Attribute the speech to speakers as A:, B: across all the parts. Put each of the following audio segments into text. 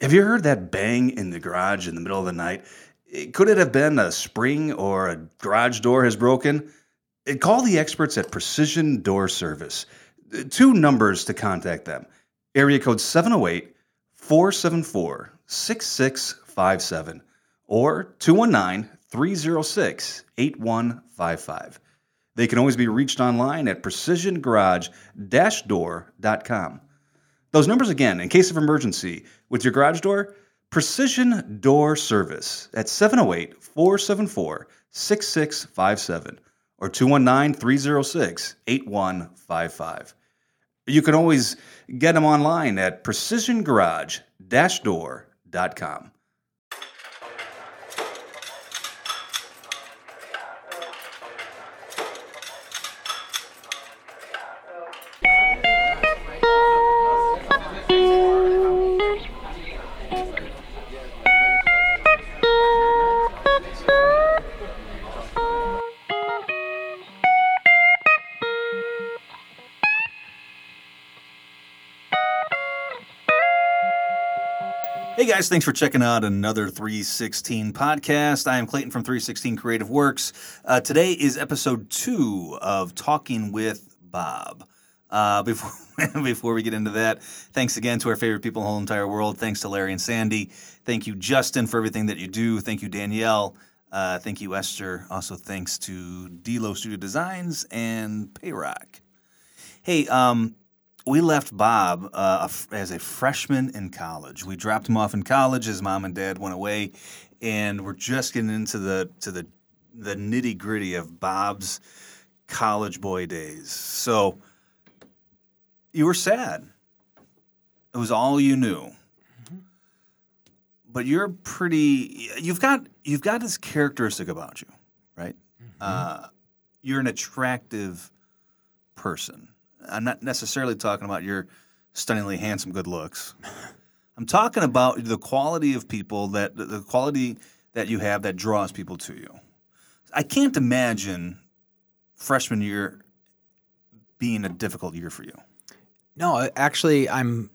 A: Have you heard that bang in the garage in the middle of the night? It- could it have been a spring or a garage door has broken? Uh, Call the experts at Precision Door Service. Uh, Two numbers to contact them area code 708 474 6657 or 219 306 8155. They can always be reached online at precisiongarage-door.com. Those numbers again, in case of emergency, with your garage door, Precision Door Service at 708 474 6657 or 219 306 8155. You can always get them online at precisiongarage-door.com.
B: Hey guys, thanks for checking out another 316 podcast. I am Clayton from 316 Creative Works. Uh, today is episode two of Talking with Bob. Uh, before before we get into that, thanks again to our favorite people in the whole entire world. Thanks to Larry and Sandy. Thank you, Justin, for everything that you do. Thank you, Danielle. Uh, thank you, Esther. Also, thanks to Delo Studio Designs and Payrock. Hey, um, we left Bob uh, a f- as a freshman in college. We dropped him off in college. His mom and dad went away, and we're just getting into the to the the nitty gritty of Bob's college boy days. So you were sad. It was all you knew. But you're pretty. You've got you've got this characteristic about you, right? Uh, you're an attractive person. I'm not necessarily talking about your stunningly handsome good looks. I'm talking about the quality of people that the- the quality that you have that draws people to you. I can't imagine freshman year being a difficult year for you.
C: No, actually, I'm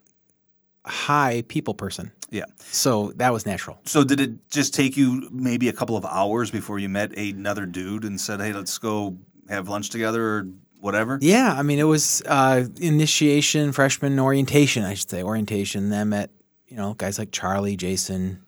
C: a high people person,
B: Yeah.
C: so that was natural.
B: So did it just take you maybe a couple of hours before you met another dude and said, "Hey, let's go have lunch together" or whatever?
C: Yeah, I mean, it was uh, initiation, freshman orientation, I should say, orientation. Then met, you know, guys like Charlie, Jason,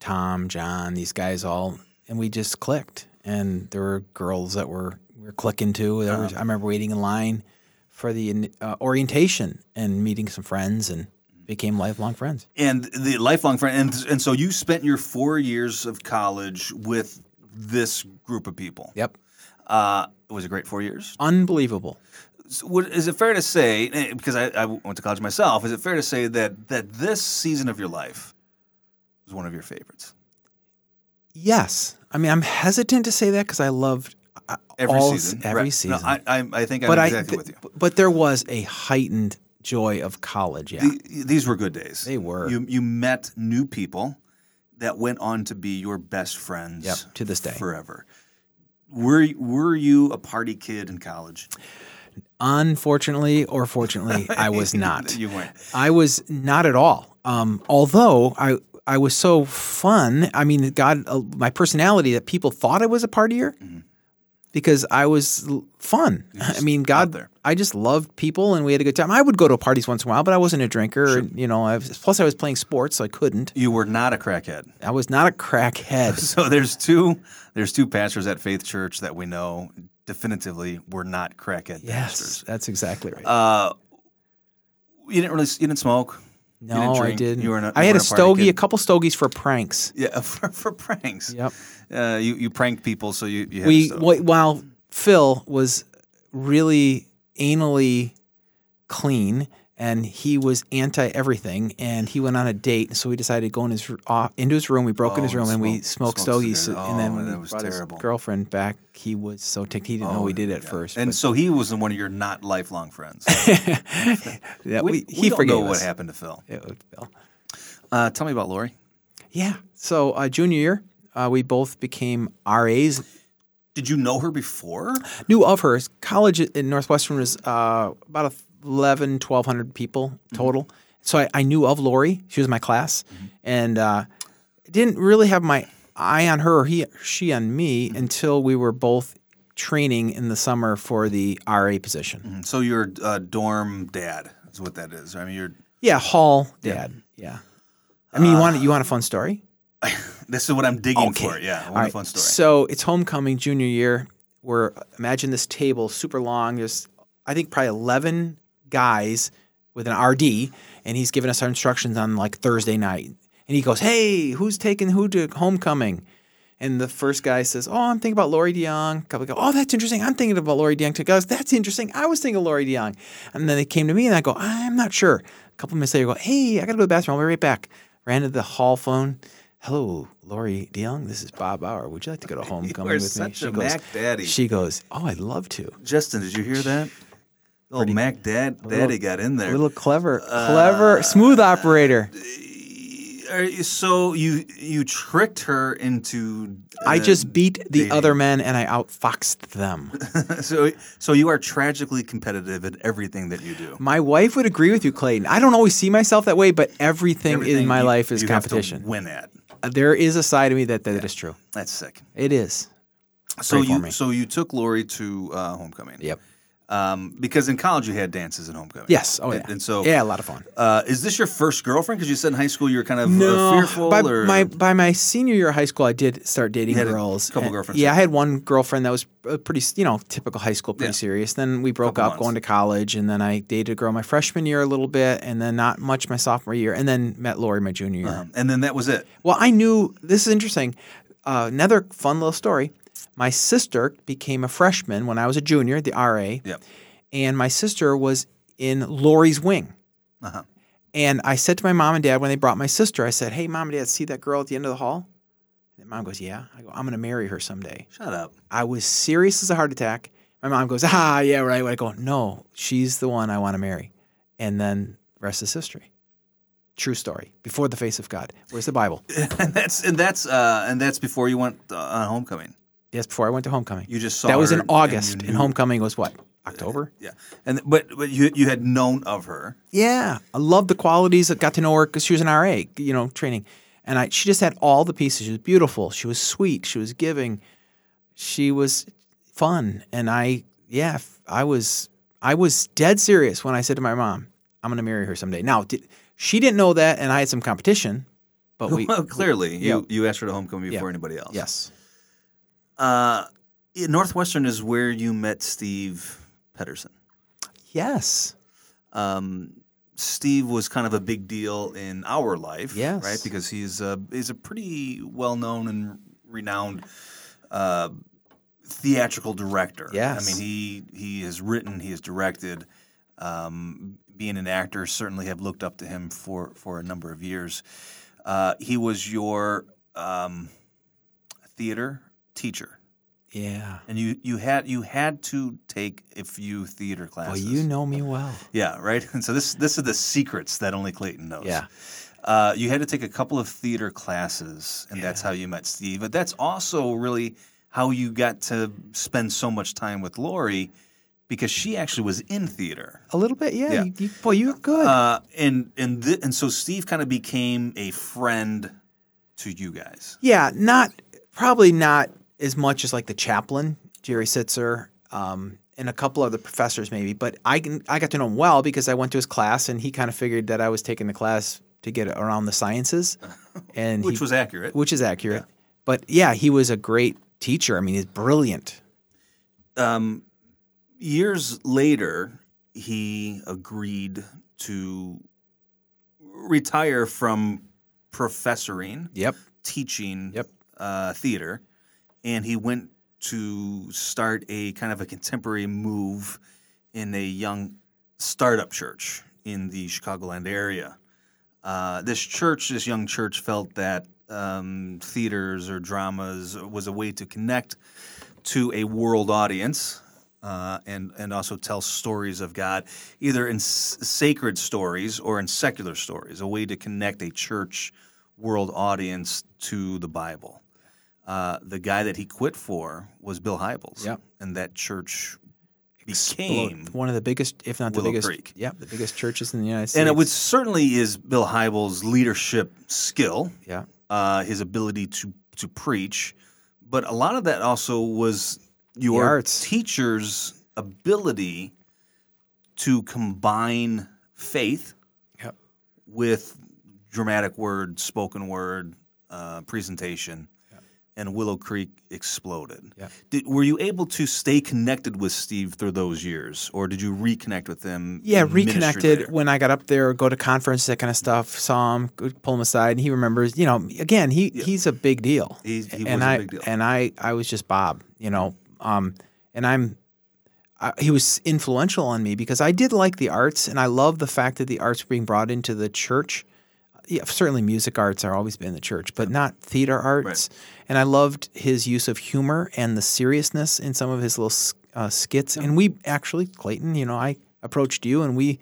C: Tom, John, these guys all, and we just clicked. And there were girls that were we were clicking to. There was, I remember waiting in line for the in- uh, orientation and meeting some friends and became lifelong friends.
B: and the lifelong friend and and so you spent your four years of college with this group of people
C: Yep,
B: uh, it was a great four years
C: unbelievable.
B: so would, is it fair to say eh, because I, I went to college myself is it fair to say that that this season of your life was one of your favorites
C: Yes, I mean, I'm hesitant to say that because I loved uh,
B: every
C: all-
B: season
C: Every
B: Right.
C: season,
B: no, I, I, I think i'm
C: but I,
B: exactly
C: th-
B: with you
C: but there was a heightened joy of college. Yeah,
B: The- these were good days.
C: They were.
B: You you met new people that went on to be your best friends.
C: Yep, to this day.
B: forever. Were were you a party kid in college?
C: unfortunately or fortunately, I was not.
B: you weren't.
C: I was not at all. Um, although I I was so fun. I mean, God, uh, my personality that people thought I was a partier
B: Mm-hmm.
C: because I was l- fun. I mean, God,
B: there.
C: I just loved people and we had a good time. I would go to parties once in a while, but I wasn't a drinker. And, you know, I was, plus I was playing sports, so I couldn't.
B: You were not a crackhead.
C: I was not a crackhead.
B: So there's two there's two pastors at Faith Church that we know definitively were not crackhead
C: yes,
B: pastors.
C: that's exactly right.
B: Uh, you didn't really you didn't smoke.
C: no,
B: didn't
C: I
B: drink.
C: didn't.
B: You were not-
C: I
B: you
C: had a
B: weren't a party
C: stogie,
B: kid.
C: a couple stogies for pranks.
B: Yeah, for, for pranks.
C: Yep.
B: Uh, you you pranked people, so you you had
C: we
B: stuff.
C: wh- while Phil was really anally clean and he was anti everything and he went on a date so we decided to go in his r- off, into his room we broke in
B: Oh,
C: his room and we
B: smoked- smoked
C: smoked, stogies
B: cigarettes.
C: and
B: Oh,
C: then when
B: that
C: he
B: was
C: brought
B: terrible. Oh,
C: his girlfriend back he was so ticked he didn't know we did at first
B: And
C: but
B: so he was one of your not lifelong friends.
C: yeah,
B: we,
C: we,
B: we
C: he
B: don't
C: forgave
B: know what
C: us.
B: happened to Phil.
C: It was Phil.
B: Uh, tell me about Lori.
C: yeah so uh, junior year uh, we both became RAs
B: Did you know her before?
C: knew of her. College in Northwestern was uh, about 11, 1,200 people total. so I, I knew of Lori. She was in my class, and uh, didn't really have my eye on her or he she on me until we were both training in the summer for the RA position.
B: So your uh, dorm dad is what that is. I mean, you're.
C: Yeah, Hall dad. Yeah. I mean, you want you want a fun story?
B: This is what I'm digging for. Yeah, I want a
C: All
B: fun
C: right,
B: story.
C: So it's homecoming junior year. We're imagine this table super long. There's I think probably eleven guys with an RD, and he's giving us our instructions on like Thursday night. And he goes, "Hey, who's taking who to homecoming?" And the first guy says, "Oh, I'm thinking about Lori DeYoung." A couple go, "Oh, that's interesting. I'm thinking about Lori DeYoung too." Goes, "That's interesting. I was thinking of Lori DeYoung." And then they came to me, and I go, "I'm not sure." A couple minutes later, I go, "Hey, I gotta go to the bathroom. I'll be right back." Ran to the hall phone. Hello, Lori DeYoung. This is Bob Bauer. Would you like to go to homecoming
B: are
C: with me?
B: such a Mac Daddy.
C: She goes, "Oh, I'd love to."
B: Justin, did you hear that? Oh, Mac Dad, Daddy got in
C: A
B: there. Uh,
C: little clever, clever, smooth operator.
B: Are you- so you you tricked her into.
C: I
B: uh,
C: just beat the other men and I outfoxed them.
B: so so you are tragically competitive at everything that you do.
C: My wife would agree with you, Clayton. I don't always see myself that way, but everything, in
B: Everything
C: my
B: you-
C: life is
B: you have to
C: competition. Uh,
B: win at.
C: There is a side of me that that is true.
B: That's sick.
C: It is.
B: So
C: Pray for
B: you
C: me.
B: so you took Lori to uh, homecoming.
C: Yep.
B: Um, because in college you had dances at homecoming.
C: Yes. Oh yeah.
B: And, and so
C: yeah, a lot of fun.
B: Uh, is this your first girlfriend? Because you said in high school you were kind of
C: No,
B: uh, fearful.
C: by
B: or
C: my by my senior year of high school, I did start dating
B: You had a
C: girls.
B: couple
C: And-
B: girlfriends.
C: Yeah, I had one girlfriend that was uh, pretty, s- you know, typical high school, pretty
B: Yeah.
C: serious. Then we broke
B: Couple
C: up,
B: months.
C: going to college, and then I dated a girl my freshman year a little bit, and then not much my sophomore year, and then met Lori my junior year.
B: Um, and then that was it.
C: Well, I knew this is interesting. Uh, another fun little story. My sister became a freshman when I was a junior, the RA,
B: Yep.
C: and my sister was in Lori's wing.
B: Uh-huh.
C: And I said to my mom and dad when they brought my sister, I said, "Hey, mom and dad, see that girl at the end of the hall?" And mom goes, "Yeah." I go, "I'm going to marry her someday."
B: Shut up.
C: I was serious as a heart attack. My mom goes, "Ah, yeah, right." I go, "No, she's the one I want to marry." And then rest is history. True story. Before the face of God. Where's the Bible?
B: and that's and that's uh, and that's before you went uh, on homecoming.
C: Yes, before I went to homecoming.
B: You just saw
C: that was
B: her
C: in
B: and you
C: August, and,
B: knew-
C: homecoming was what October.
B: Yeah. And but but you you had known of her.
C: Yeah, I loved the qualities. I got to know her because she was an RA, you know, training, and I she just had all the pieces. She was beautiful. She was sweet. She was giving. She was fun, and I yeah, f- I was I was dead serious when I said to my mom, "I'm going to marry her someday." Now did, she didn't know that, and I had some competition, but we
B: well, clearly
C: yeah.
B: you you asked her to homecoming before anybody else.
C: yes,
B: Uh, yeah, Northwestern is where you met Steve Pedersen.
C: yes,
B: um, Steve was kind of a big deal in our life,
C: Yes.
B: right? Because he's a he's a pretty well known and renowned uh, theatrical director. I
C: Yes.
B: mean he he has written, he has directed. Um, being an actor, certainly have looked up to him for for a number of years. Uh, he was your um, theater teacher,
C: yeah.
B: and you you had you had to take a few theater
C: Well,
B: classes.
C: you know me well.
B: Yeah, right. And so this this is the secrets that only Clayton knows.
C: Yeah.
B: Uh, you had to take a couple of theater classes, and that's how you met Steve. But that's also really how you got to spend so much time with Lori, because she actually was in theater.
C: A little bit, yeah.
B: Yeah.
C: You, you, boy, you're good.
B: Uh, and and th- and so Steve kind of became a friend to you guys.
C: Yeah, not probably not as much as like the chaplain, Jerry Sitzer, um, and a couple other professors maybe. But I can I got to know him well because I went to his class and he kind of figured that I was taking the class to get around the sciences, and
B: Which
C: he-
B: was accurate.
C: which is accurate. But yeah, he was a great teacher. I mean, he's brilliant.
B: um, years later, he agreed to retire from professoring,
C: Yep.
B: teaching
C: Yep.
B: uh, theater, and he went to start a kind of a contemporary move in a young startup church in the Chicagoland area. Uh, this church, this young church, felt that um, theaters or dramas was a way to connect to a world audience uh, and and also tell stories of God, either in s- sacred stories or in secular stories, a way to connect a church world audience to the Bible. Uh, the guy that he quit for was Bill Hybels,
C: Yep.
B: and that church became
C: one of the biggest, if not the
B: Willow
C: biggest,
B: Creek.
C: yeah, the biggest churches in the United States.
B: and it was certainly is Bill Hybels' leadership skill,
C: yeah,
B: uh, his ability to to preach, but a lot of that also was your
C: arts.
B: teacher's ability to combine faith
C: Yep.
B: with dramatic word, spoken word, uh, presentation, and Willow Creek exploded.
C: Yep.
B: Did, were you able to stay connected with Steve through those years, or did you reconnect with them?
C: yeah.
B: in ministry
C: Reconnected
B: later?
C: when I got up there, go to conferences, that kind of stuff. Saw him, could pull him aside, and he remembers. You know, again, he he's a big deal.
B: He, he was
C: and
B: a
C: I
B: big deal.
C: and I I was just Bob, you know. Um, and I'm I, he was influential on me because I did like the arts, and I love the fact that the arts were being brought into the church. Yeah, certainly music arts are always been in the church, but not theater arts. And I loved his use of humor and the seriousness in some of his little s- uh, skits. And we actually, Clayton, you know, I approached you, and we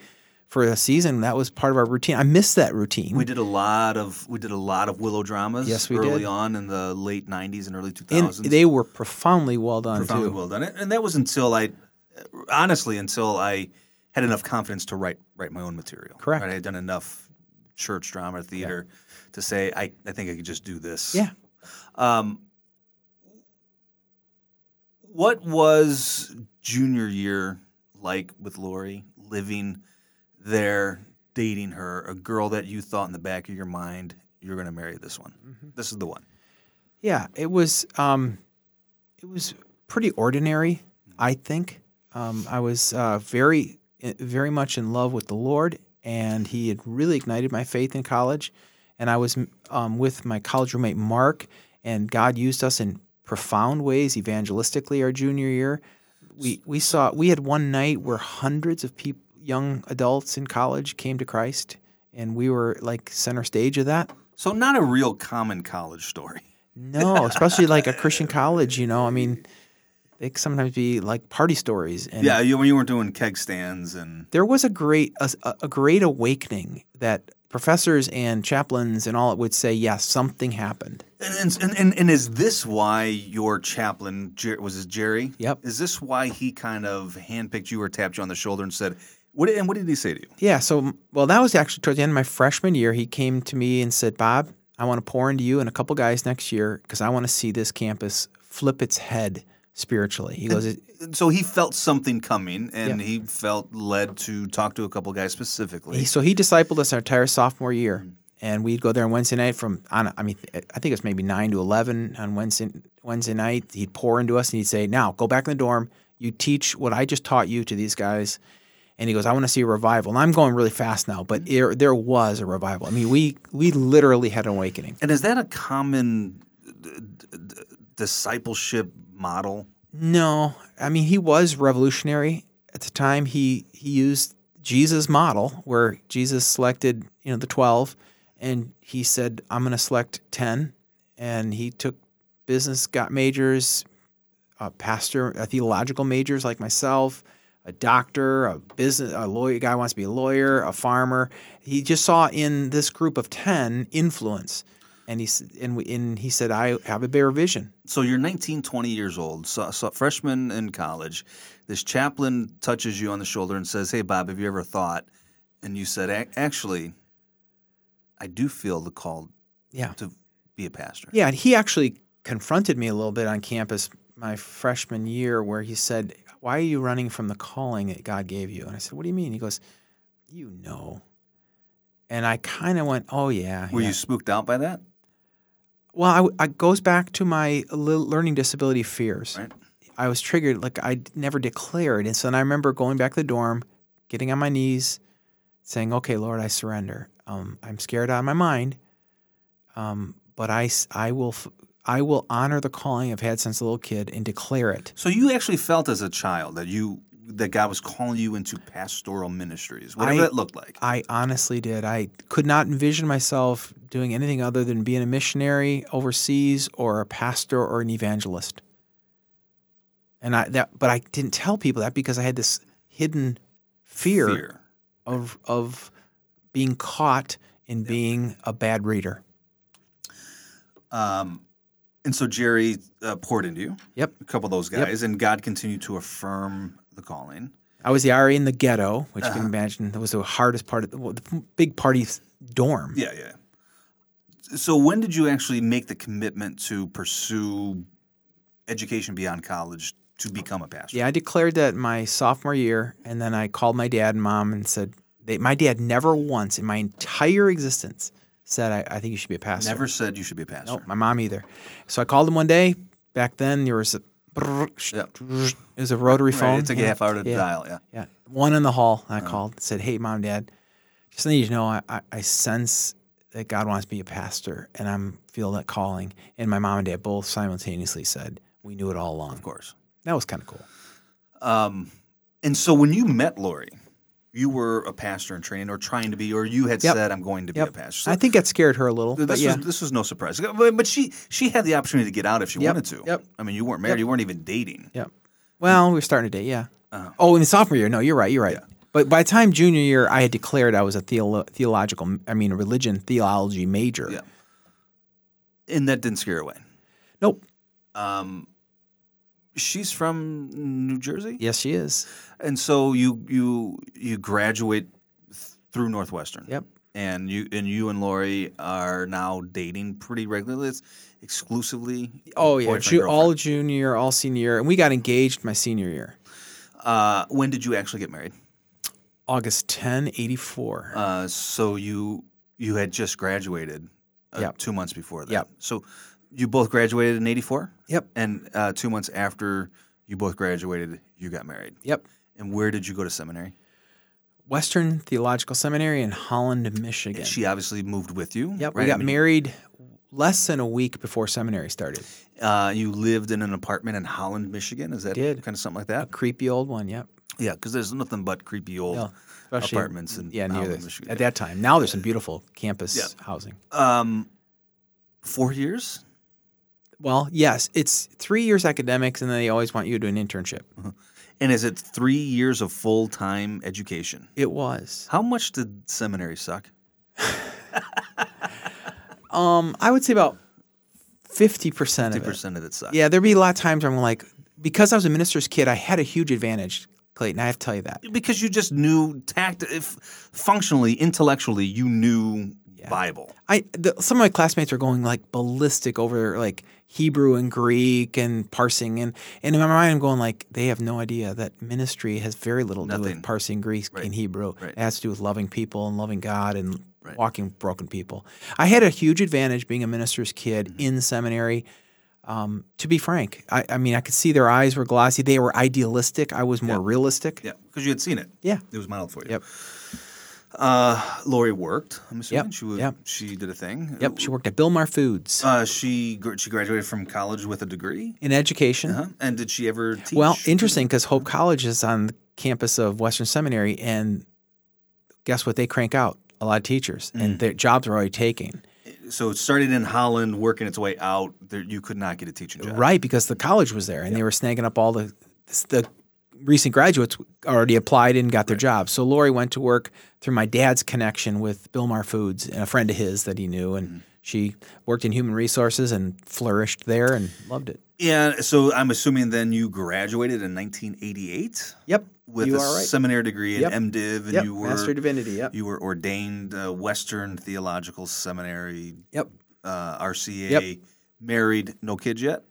C: for a season that was part of our routine. I missed that routine.
B: We did a lot of we did a lot of Willow dramas.
C: Yes, we
B: early
C: did.
B: on in the late '90s and early
C: and
B: 2000s.
C: they were profoundly well done
B: profoundly
C: too.
B: well done, and that was until I, honestly, until I had enough confidence to write write my own material.
C: Correct.
B: Right? I had done enough church drama theater to say I, I think I could just do this.
C: Yeah.
B: Um, what was junior year like with Lori living there, dating her, a girl that you thought in the back of your mind, you're going to marry this one?
C: Mm-hmm.
B: This is the one.
C: Yeah, it was um, it was pretty ordinary, I think. Um, I was uh, very very much in love with the Lord, and He had really ignited my faith in college. And I was um, with my college roommate Mark, and God used us in profound ways evangelistically our junior year. We we saw we had one night where hundreds of people, young adults in college, came to Christ, and we were like center stage of that.
B: So, not a real common college story.
C: No, especially like a Christian college, you know. I mean, they could sometimes be like party stories. And
B: Yeah, you, you weren't doing keg stands and
C: there was a great a, a great awakening that professors and chaplains and all it would say, yes, something happened.
B: and and, and and is this why your chaplain Jer- was this Jerry?
C: Yep.
B: Is this why he kind of handpicked you or tapped you on the shoulder and said, "What?" And what did he say to you?
C: Yeah. So, well, that was actually towards the end of my freshman year. He came to me and said, Bob, I want to pour into you and a couple guys next year because I want to see this campus flip its head spiritually. He goes,
B: So he felt something coming, and he felt led to talk to a couple guys specifically.
C: He- so he discipled us our entire sophomore year, and we'd go there on Wednesday night from on. I mean, I think it was maybe nine to eleven on Wednesday Wednesday night. He'd pour into us and he'd say, "Now go back in the dorm. You teach what I just taught you to these guys." And he goes, "I want to see a revival." And I'm going really fast now, but there there was a revival. I mean, we we literally had an awakening.
B: and is that a common uh, d- d- d- discipleship model?
C: No, I mean he was revolutionary at the time. He he used Jesus' model, where Jesus selected you know the twelve, and he said, "I'm going to select 10. and he took business got majors, a pastor, uh theological majors like myself, a doctor, a business, a lawyer guy wants to be a lawyer, a farmer. He just saw in this group of ten influence, and he s- and we, and he said, "I have a bigger vision."
B: so you're 19, 20 years old, so, so freshman in college. This chaplain touches you on the shoulder and says, "Hey, Bob, have you ever thought?" And you said, "Ac- "Actually, I do feel the call
C: Yeah.
B: to be a pastor."
C: Yeah, and he actually confronted me a little bit on campus my freshman year where he said, Why are you running from the calling that God gave you? And I said, What do you mean? He goes, You know. And I kind of went, Oh, yeah.
B: Were
C: yeah."
B: you spooked out by that?
C: Well, I w- I, goes back to my li- learning disability fears.
B: Right.
C: I was triggered, like I d- never declared. And so then I remember going back to the dorm, getting on my knees, saying, "Okay, Lord, I surrender. Um, I'm scared out of my mind, um, but I, s- I will, f- I will honor the calling I've had since a little kid and declare it."
B: So you actually felt as a child that you that God was calling you into pastoral ministries, whatever
C: I-
B: that looked like.
C: I honestly did. I could not envision myself doing anything other than being a missionary overseas or a pastor or an evangelist. And I that but I didn't tell people that because I had this hidden fear, of of being caught in being a bad reader.
B: Um, and so Jerry uh, poured into you.
C: Yep.
B: a couple of those guys, and God continued to affirm the calling.
C: I was the RA in the ghetto, which you can imagine that was the hardest part of the, well, the big party dorm.
B: Yeah, yeah. So when did you actually make the commitment to pursue education beyond college to become a pastor?
C: Yeah, I declared that my sophomore year, and then I called my dad and mom and said, they, my dad never once in my entire existence said, I, I think you should be a pastor.
B: Never said you should be a pastor.
C: Nope, my mom either. So I called him one day. Back then, there was a, it was a rotary
B: Right,
C: phone.
B: it took
C: you
B: a
C: know?
B: half hour to Uh-huh.
C: yeah.
B: dial. Yeah.
C: Yeah. One in the hall. I called, said, Hey, mom, dad, just need you to know I, I, I sense that God wants me to be a pastor and I'm feel that calling. And my mom and dad both simultaneously said, We knew it all along.
B: Of course.
C: That was kind of cool.
B: Um, and so when you met Lori, you were a pastor in training or trying to be, or you had
C: Yep.
B: said, I'm going to be
C: Yep.
B: a pastor. So
C: I think that scared her a little.
B: th-
C: But
B: this,
C: yeah.
B: was, this was no surprise. But but she she had the opportunity to get out if she
C: Yep.
B: wanted to.
C: Yep.
B: I mean, you weren't married. You weren't even dating.
C: yeah. Well, we were starting to date. Yeah.
B: Uh-huh.
C: Oh, in the sophomore year. No, you're right. You're right. But by the time junior year, I had declared I was a theolo- theological, I mean, religion theology major.
B: Yeah. And that didn't scare her away.
C: Nope.
B: Um, she's from New Jersey.
C: Yes, she is.
B: And so you you you graduate th- through Northwestern.
C: Yep.
B: And you and you and Lori are now dating pretty regularly. It's exclusively.
C: Oh yeah,
B: boyfriend,
C: Ju-
B: girlfriend.
C: all junior, year, all senior, year, and we got engaged my senior year,
B: Uh, when did you actually get married?
C: August 10, 84.
B: Uh, so you you had just graduated uh,
C: Yep.
B: two months before that.
C: Yep.
B: So you both graduated in '84.
C: Yep.
B: And uh, two months after you both graduated, you got married.
C: yep,
B: And where did you go to seminary?
C: Western Theological Seminary in Holland, Michigan.
B: She obviously moved with you.
C: yep,
B: right?
C: we
B: I
C: got
B: mean,
C: married less than a week before seminary started.
B: Uh, you lived in an apartment in Holland, Michigan. Is that
C: Did.
B: kind of something like that?
C: Creepy old one. Yep.
B: Yeah, because there's nothing but creepy old
C: Yeah, especially-
B: apartments in
C: Yeah, near
B: Holland,
C: this
B: Michigan.
C: at that time. Now there's some beautiful campus
B: Yeah.
C: housing.
B: um, four years.
C: Well, yes, it's three years academics, and then they always want you to do an internship.
B: Uh-huh. And is it three years of full time education?
C: It was.
B: How much did seminary suck?
C: Um, I would say about fifty percent
B: Fifty
C: of it.
B: percent of it sucked.
C: Yeah, there'd be a lot of times where I'm like, because I was a minister's kid, I had a huge advantage, Clayton. I have to tell you that.
B: because you just knew tact, if functionally, intellectually, you knew Bible.
C: I the, some of my classmates were going like ballistic over like Hebrew and Greek and parsing, and and in my mind I'm going like they have no idea that ministry has very little to do
B: Nothing.
C: with parsing Greek and Hebrew.
B: Right.
C: It has to do with loving people and loving God and
B: Right.
C: walking broken people. I had a huge advantage being a minister's kid
B: Mm-hmm.
C: in seminary. Um, to be frank, I, I mean I could see their eyes were glossy. They were idealistic. I was more realistic.
B: Yeah, because you had seen it.
C: Yeah.
B: It was modeled for you.
C: Yep.
B: Uh, Lori worked. I'm assuming she was,
C: yep.
B: she did a thing.
C: Yep, she worked at Billmar Foods
B: Uh, she gr- she graduated from college with a degree.
C: in education.
B: Huh? And did she ever teach?
C: Well, interesting because Hope College is on the campus of Western Seminary, and guess what? They crank out a lot of teachers, and their jobs are already taken.
B: So it started in Holland, working its way out. There, you could not get a teaching job.
C: Right, because the college was there, and they were snagging up all the the recent graduates already applied and got their jobs. So Lori went to work through my dad's connection with Billmar Foods and a friend of his that he knew, and she worked in human resources and flourished there and loved it.
B: Yeah. So I'm assuming then you graduated in 1988
C: Yep,
B: with
C: you
B: a
C: are right.
B: seminary degree
C: Yep.
B: and MDiv, and
C: Yep,
B: you were
C: Master of Divinity. Yep,
B: you were ordained uh, Western Theological Seminary,
C: yep.
B: uh, RCA.
C: Yep.
B: Married, no kids yet.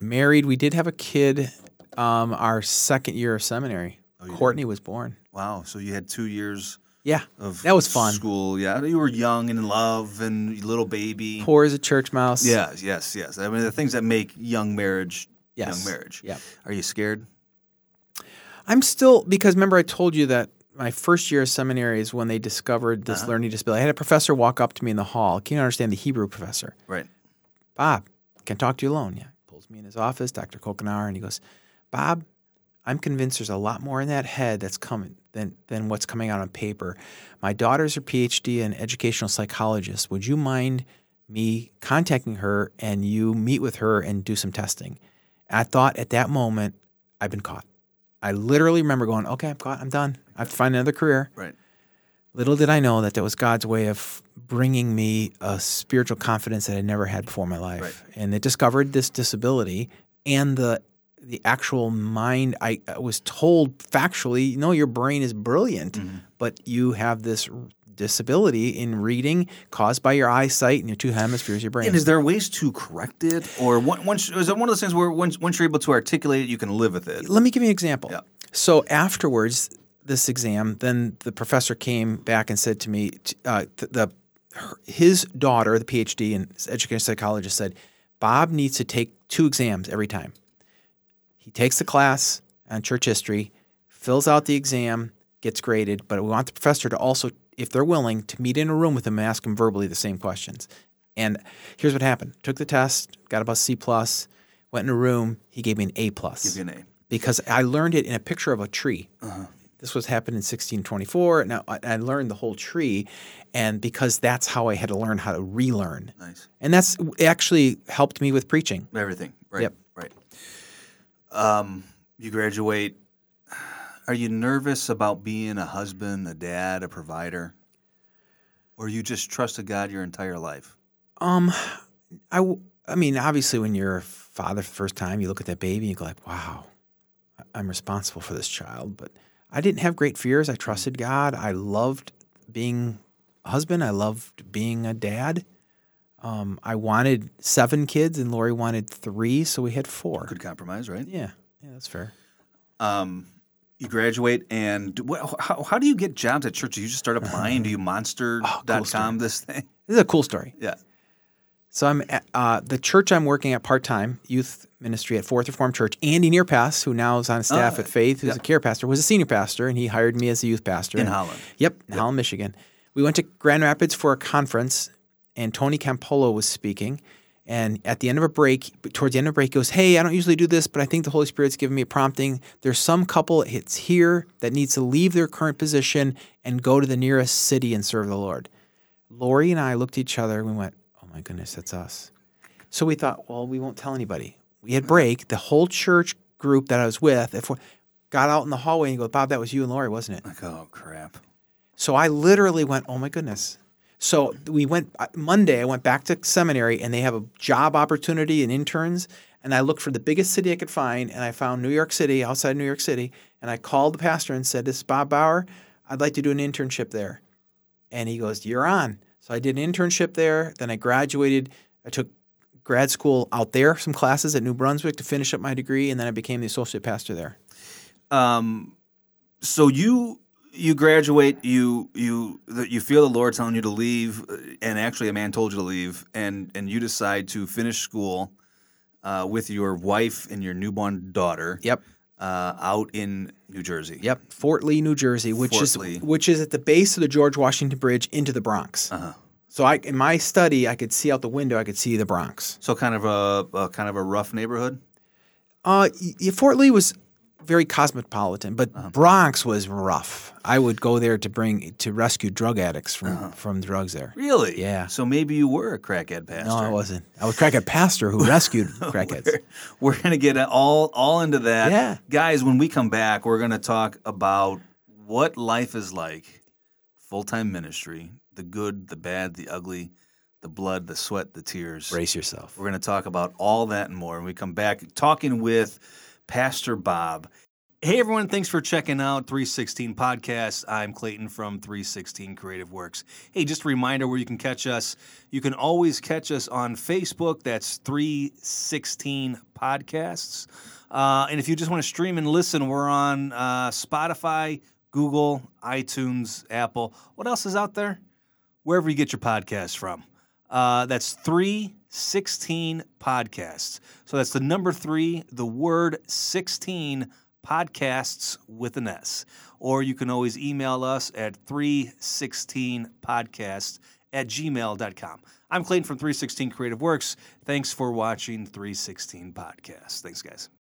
C: married. We did have a kid um, our second year of seminary.
B: Oh,
C: Courtney was born.
B: Wow. So you had two years
C: Yeah.
B: of
C: That was fun.
B: School. Yeah. You were young and in love and little baby.
C: Poor as a church mouse.
B: Yeah, yes, yes. I mean, the things that make young marriage
C: Yes.
B: young marriage.
C: Yep.
B: Are you scared?
C: I'm still, because remember I told you that my first year of seminary is when they discovered this
B: Uh-huh.
C: learning disability. I had a professor walk up to me in the hall. Can you understand the Hebrew professor?
B: Right.
C: Bob, can talk to you alone. Yeah. Pulls me in his office, Dr. Kokenauer, and he goes, Bob, I'm convinced there's a lot more in that head that's coming than, than what's coming out on paper. My daughter's a PhD in educational psychologist. Would you mind me contacting her and you meet with her and do some testing? And I thought at that moment, I've been caught. I literally remember going, okay, I'm caught. I'm done. I have to find another career.
B: Right.
C: Little did I know that that was God's way of bringing me a spiritual confidence that I never had before in my life. And it discovered this disability and the the actual mind. I, I was told factually, no, your brain is brilliant,
B: Mm. Mm-hmm.
C: but you have this r- disability in reading caused by your eyesight and your two hemispheres of your brain.
B: And is there ways to correct it, or one- once is it one of those things where once, once you're able to articulate it, you can live with it?
C: Let me give you an example.
B: Yeah.
C: So afterwards, this exam, then the professor came back and said to me, t- uh, th- the her, his daughter, the PhD and educational psychologist, said, Bob needs to take two exams every time. He takes the class on church history, fills out the exam, gets graded, but we want the professor to also, if they're willing, to meet in a room with him and ask him verbally the same questions. And here's what happened: took the test, got about C plus, went in a room. He gave me an A plus
B: DNA.
C: because I learned it in a picture of a tree. This was happened in 1624. Now I, I learned the whole tree, and because that's how I had to learn how to relearn,
B: Nice.
C: and that's it actually helped me with preaching.
B: Everything. Right.
C: Yep.
B: Right. Um, you graduate. Are you nervous about being a husband, a dad, a provider, or you just trusted God your entire life?
C: Um, I, w- I mean, obviously, when you're a father for the first time, you look at that baby and you go like, "Wow, I- I'm responsible for this child." But I didn't have great fears. I trusted God. I loved being a husband. I loved being a dad. Um, I wanted seven kids, and Lori wanted three, so we had four.
B: Good compromise, right?
C: Yeah, yeah, that's fair.
B: Um, you graduate, and do- wh- how, how do you get jobs at church? Do you just start applying? Do you
C: Oh,
B: monster.com com this thing?
C: This is a cool story.
B: Yeah.
C: So I'm at, uh, the church I'm working at part time, youth ministry at Fourth Reformed Church. Andy Nearpass, who now is on staff
B: Ah,
C: at Faith, who's a care pastor, was a senior pastor, and he hired me as a youth pastor
B: In
C: And-
B: Holland.
C: Yep, in Holland, Michigan. We went to Grand Rapids for a conference, and Tony Campolo was speaking. And at the end of a break, towards the end of a break, he goes, "Hey, I don't usually do this, but I think the Holy Spirit's given me a prompting. There's some couple it's here that needs to leave their current position and go to the nearest city and serve the Lord." Lori and I looked at each other and we went, oh my goodness, that's us. So we thought, well, we won't tell anybody. We had break. The whole church group that I was with if we- got out in the hallway and go, Bob, that was you and Lori, wasn't it?
B: Like, oh crap.
C: So I literally went, oh my goodness. So we went I- Monday, I went back to seminary and they have a job opportunity and interns. And I looked for the biggest city I could find and I found New York City, outside New York City. And I called the pastor and said, This is Bob Bauer. I'd like to do an internship there. And he goes, You're on. So I did an internship there. Then I graduated. I took grad school out there, some classes at New Brunswick to finish up my degree. And then I became the associate pastor there.
B: um, so you you graduate, you you that you feel the Lord telling you to leave, uh, and actually a man told you to leave, and and you decide to finish school uh, with your wife and your newborn daughter.
C: Yep.
B: Uh, out in New Jersey.
C: Yep. Fort Lee, New Jersey, which
B: Fort
C: is
B: Lee.
C: which is at the base of the George Washington Bridge into the Bronx.
B: Uh-huh.
C: So I in my study, I could see out the window, I could see the Bronx.
B: So kind of a, a kind of a rough neighborhood.
C: Uh, y- y- Fort Lee was very cosmopolitan, but
B: Uh-huh.
C: Bronx was rough. I would go there to bring to rescue drug addicts from
B: Uh-huh.
C: from drugs there.
B: Really?
C: Yeah.
B: So maybe you were a crackhead pastor.
C: No, I wasn't. I was a crackhead pastor who rescued crackheads.
B: We're gonna get all all into that.
C: Yeah.
B: Guys, when we come back, we're gonna talk about what life is like, full time ministry, the good, the bad, the ugly, the blood, the sweat, the tears.
C: Brace yourself.
B: We're gonna talk about all that and more when we come back, talking with Pastor Bob. Hey everyone, thanks for checking out 316 Podcast. I'm Clayton from 316 Creative Works. Hey, just a reminder where you can catch us. You can always catch us on Facebook. That's 316 Podcasts. Uh, and if you just want to stream and listen, we're on uh, Spotify, Google, iTunes, Apple. What else is out there? Wherever you get your podcasts from. Uh, that's 316 Podcasts. So that's the number three, the word 16 podcasts with an S. Or you can always email us at 316podcast at gmail.com. I'm Clayton from 316 Creative Works. Thanks for watching 316 Podcast. Thanks, guys.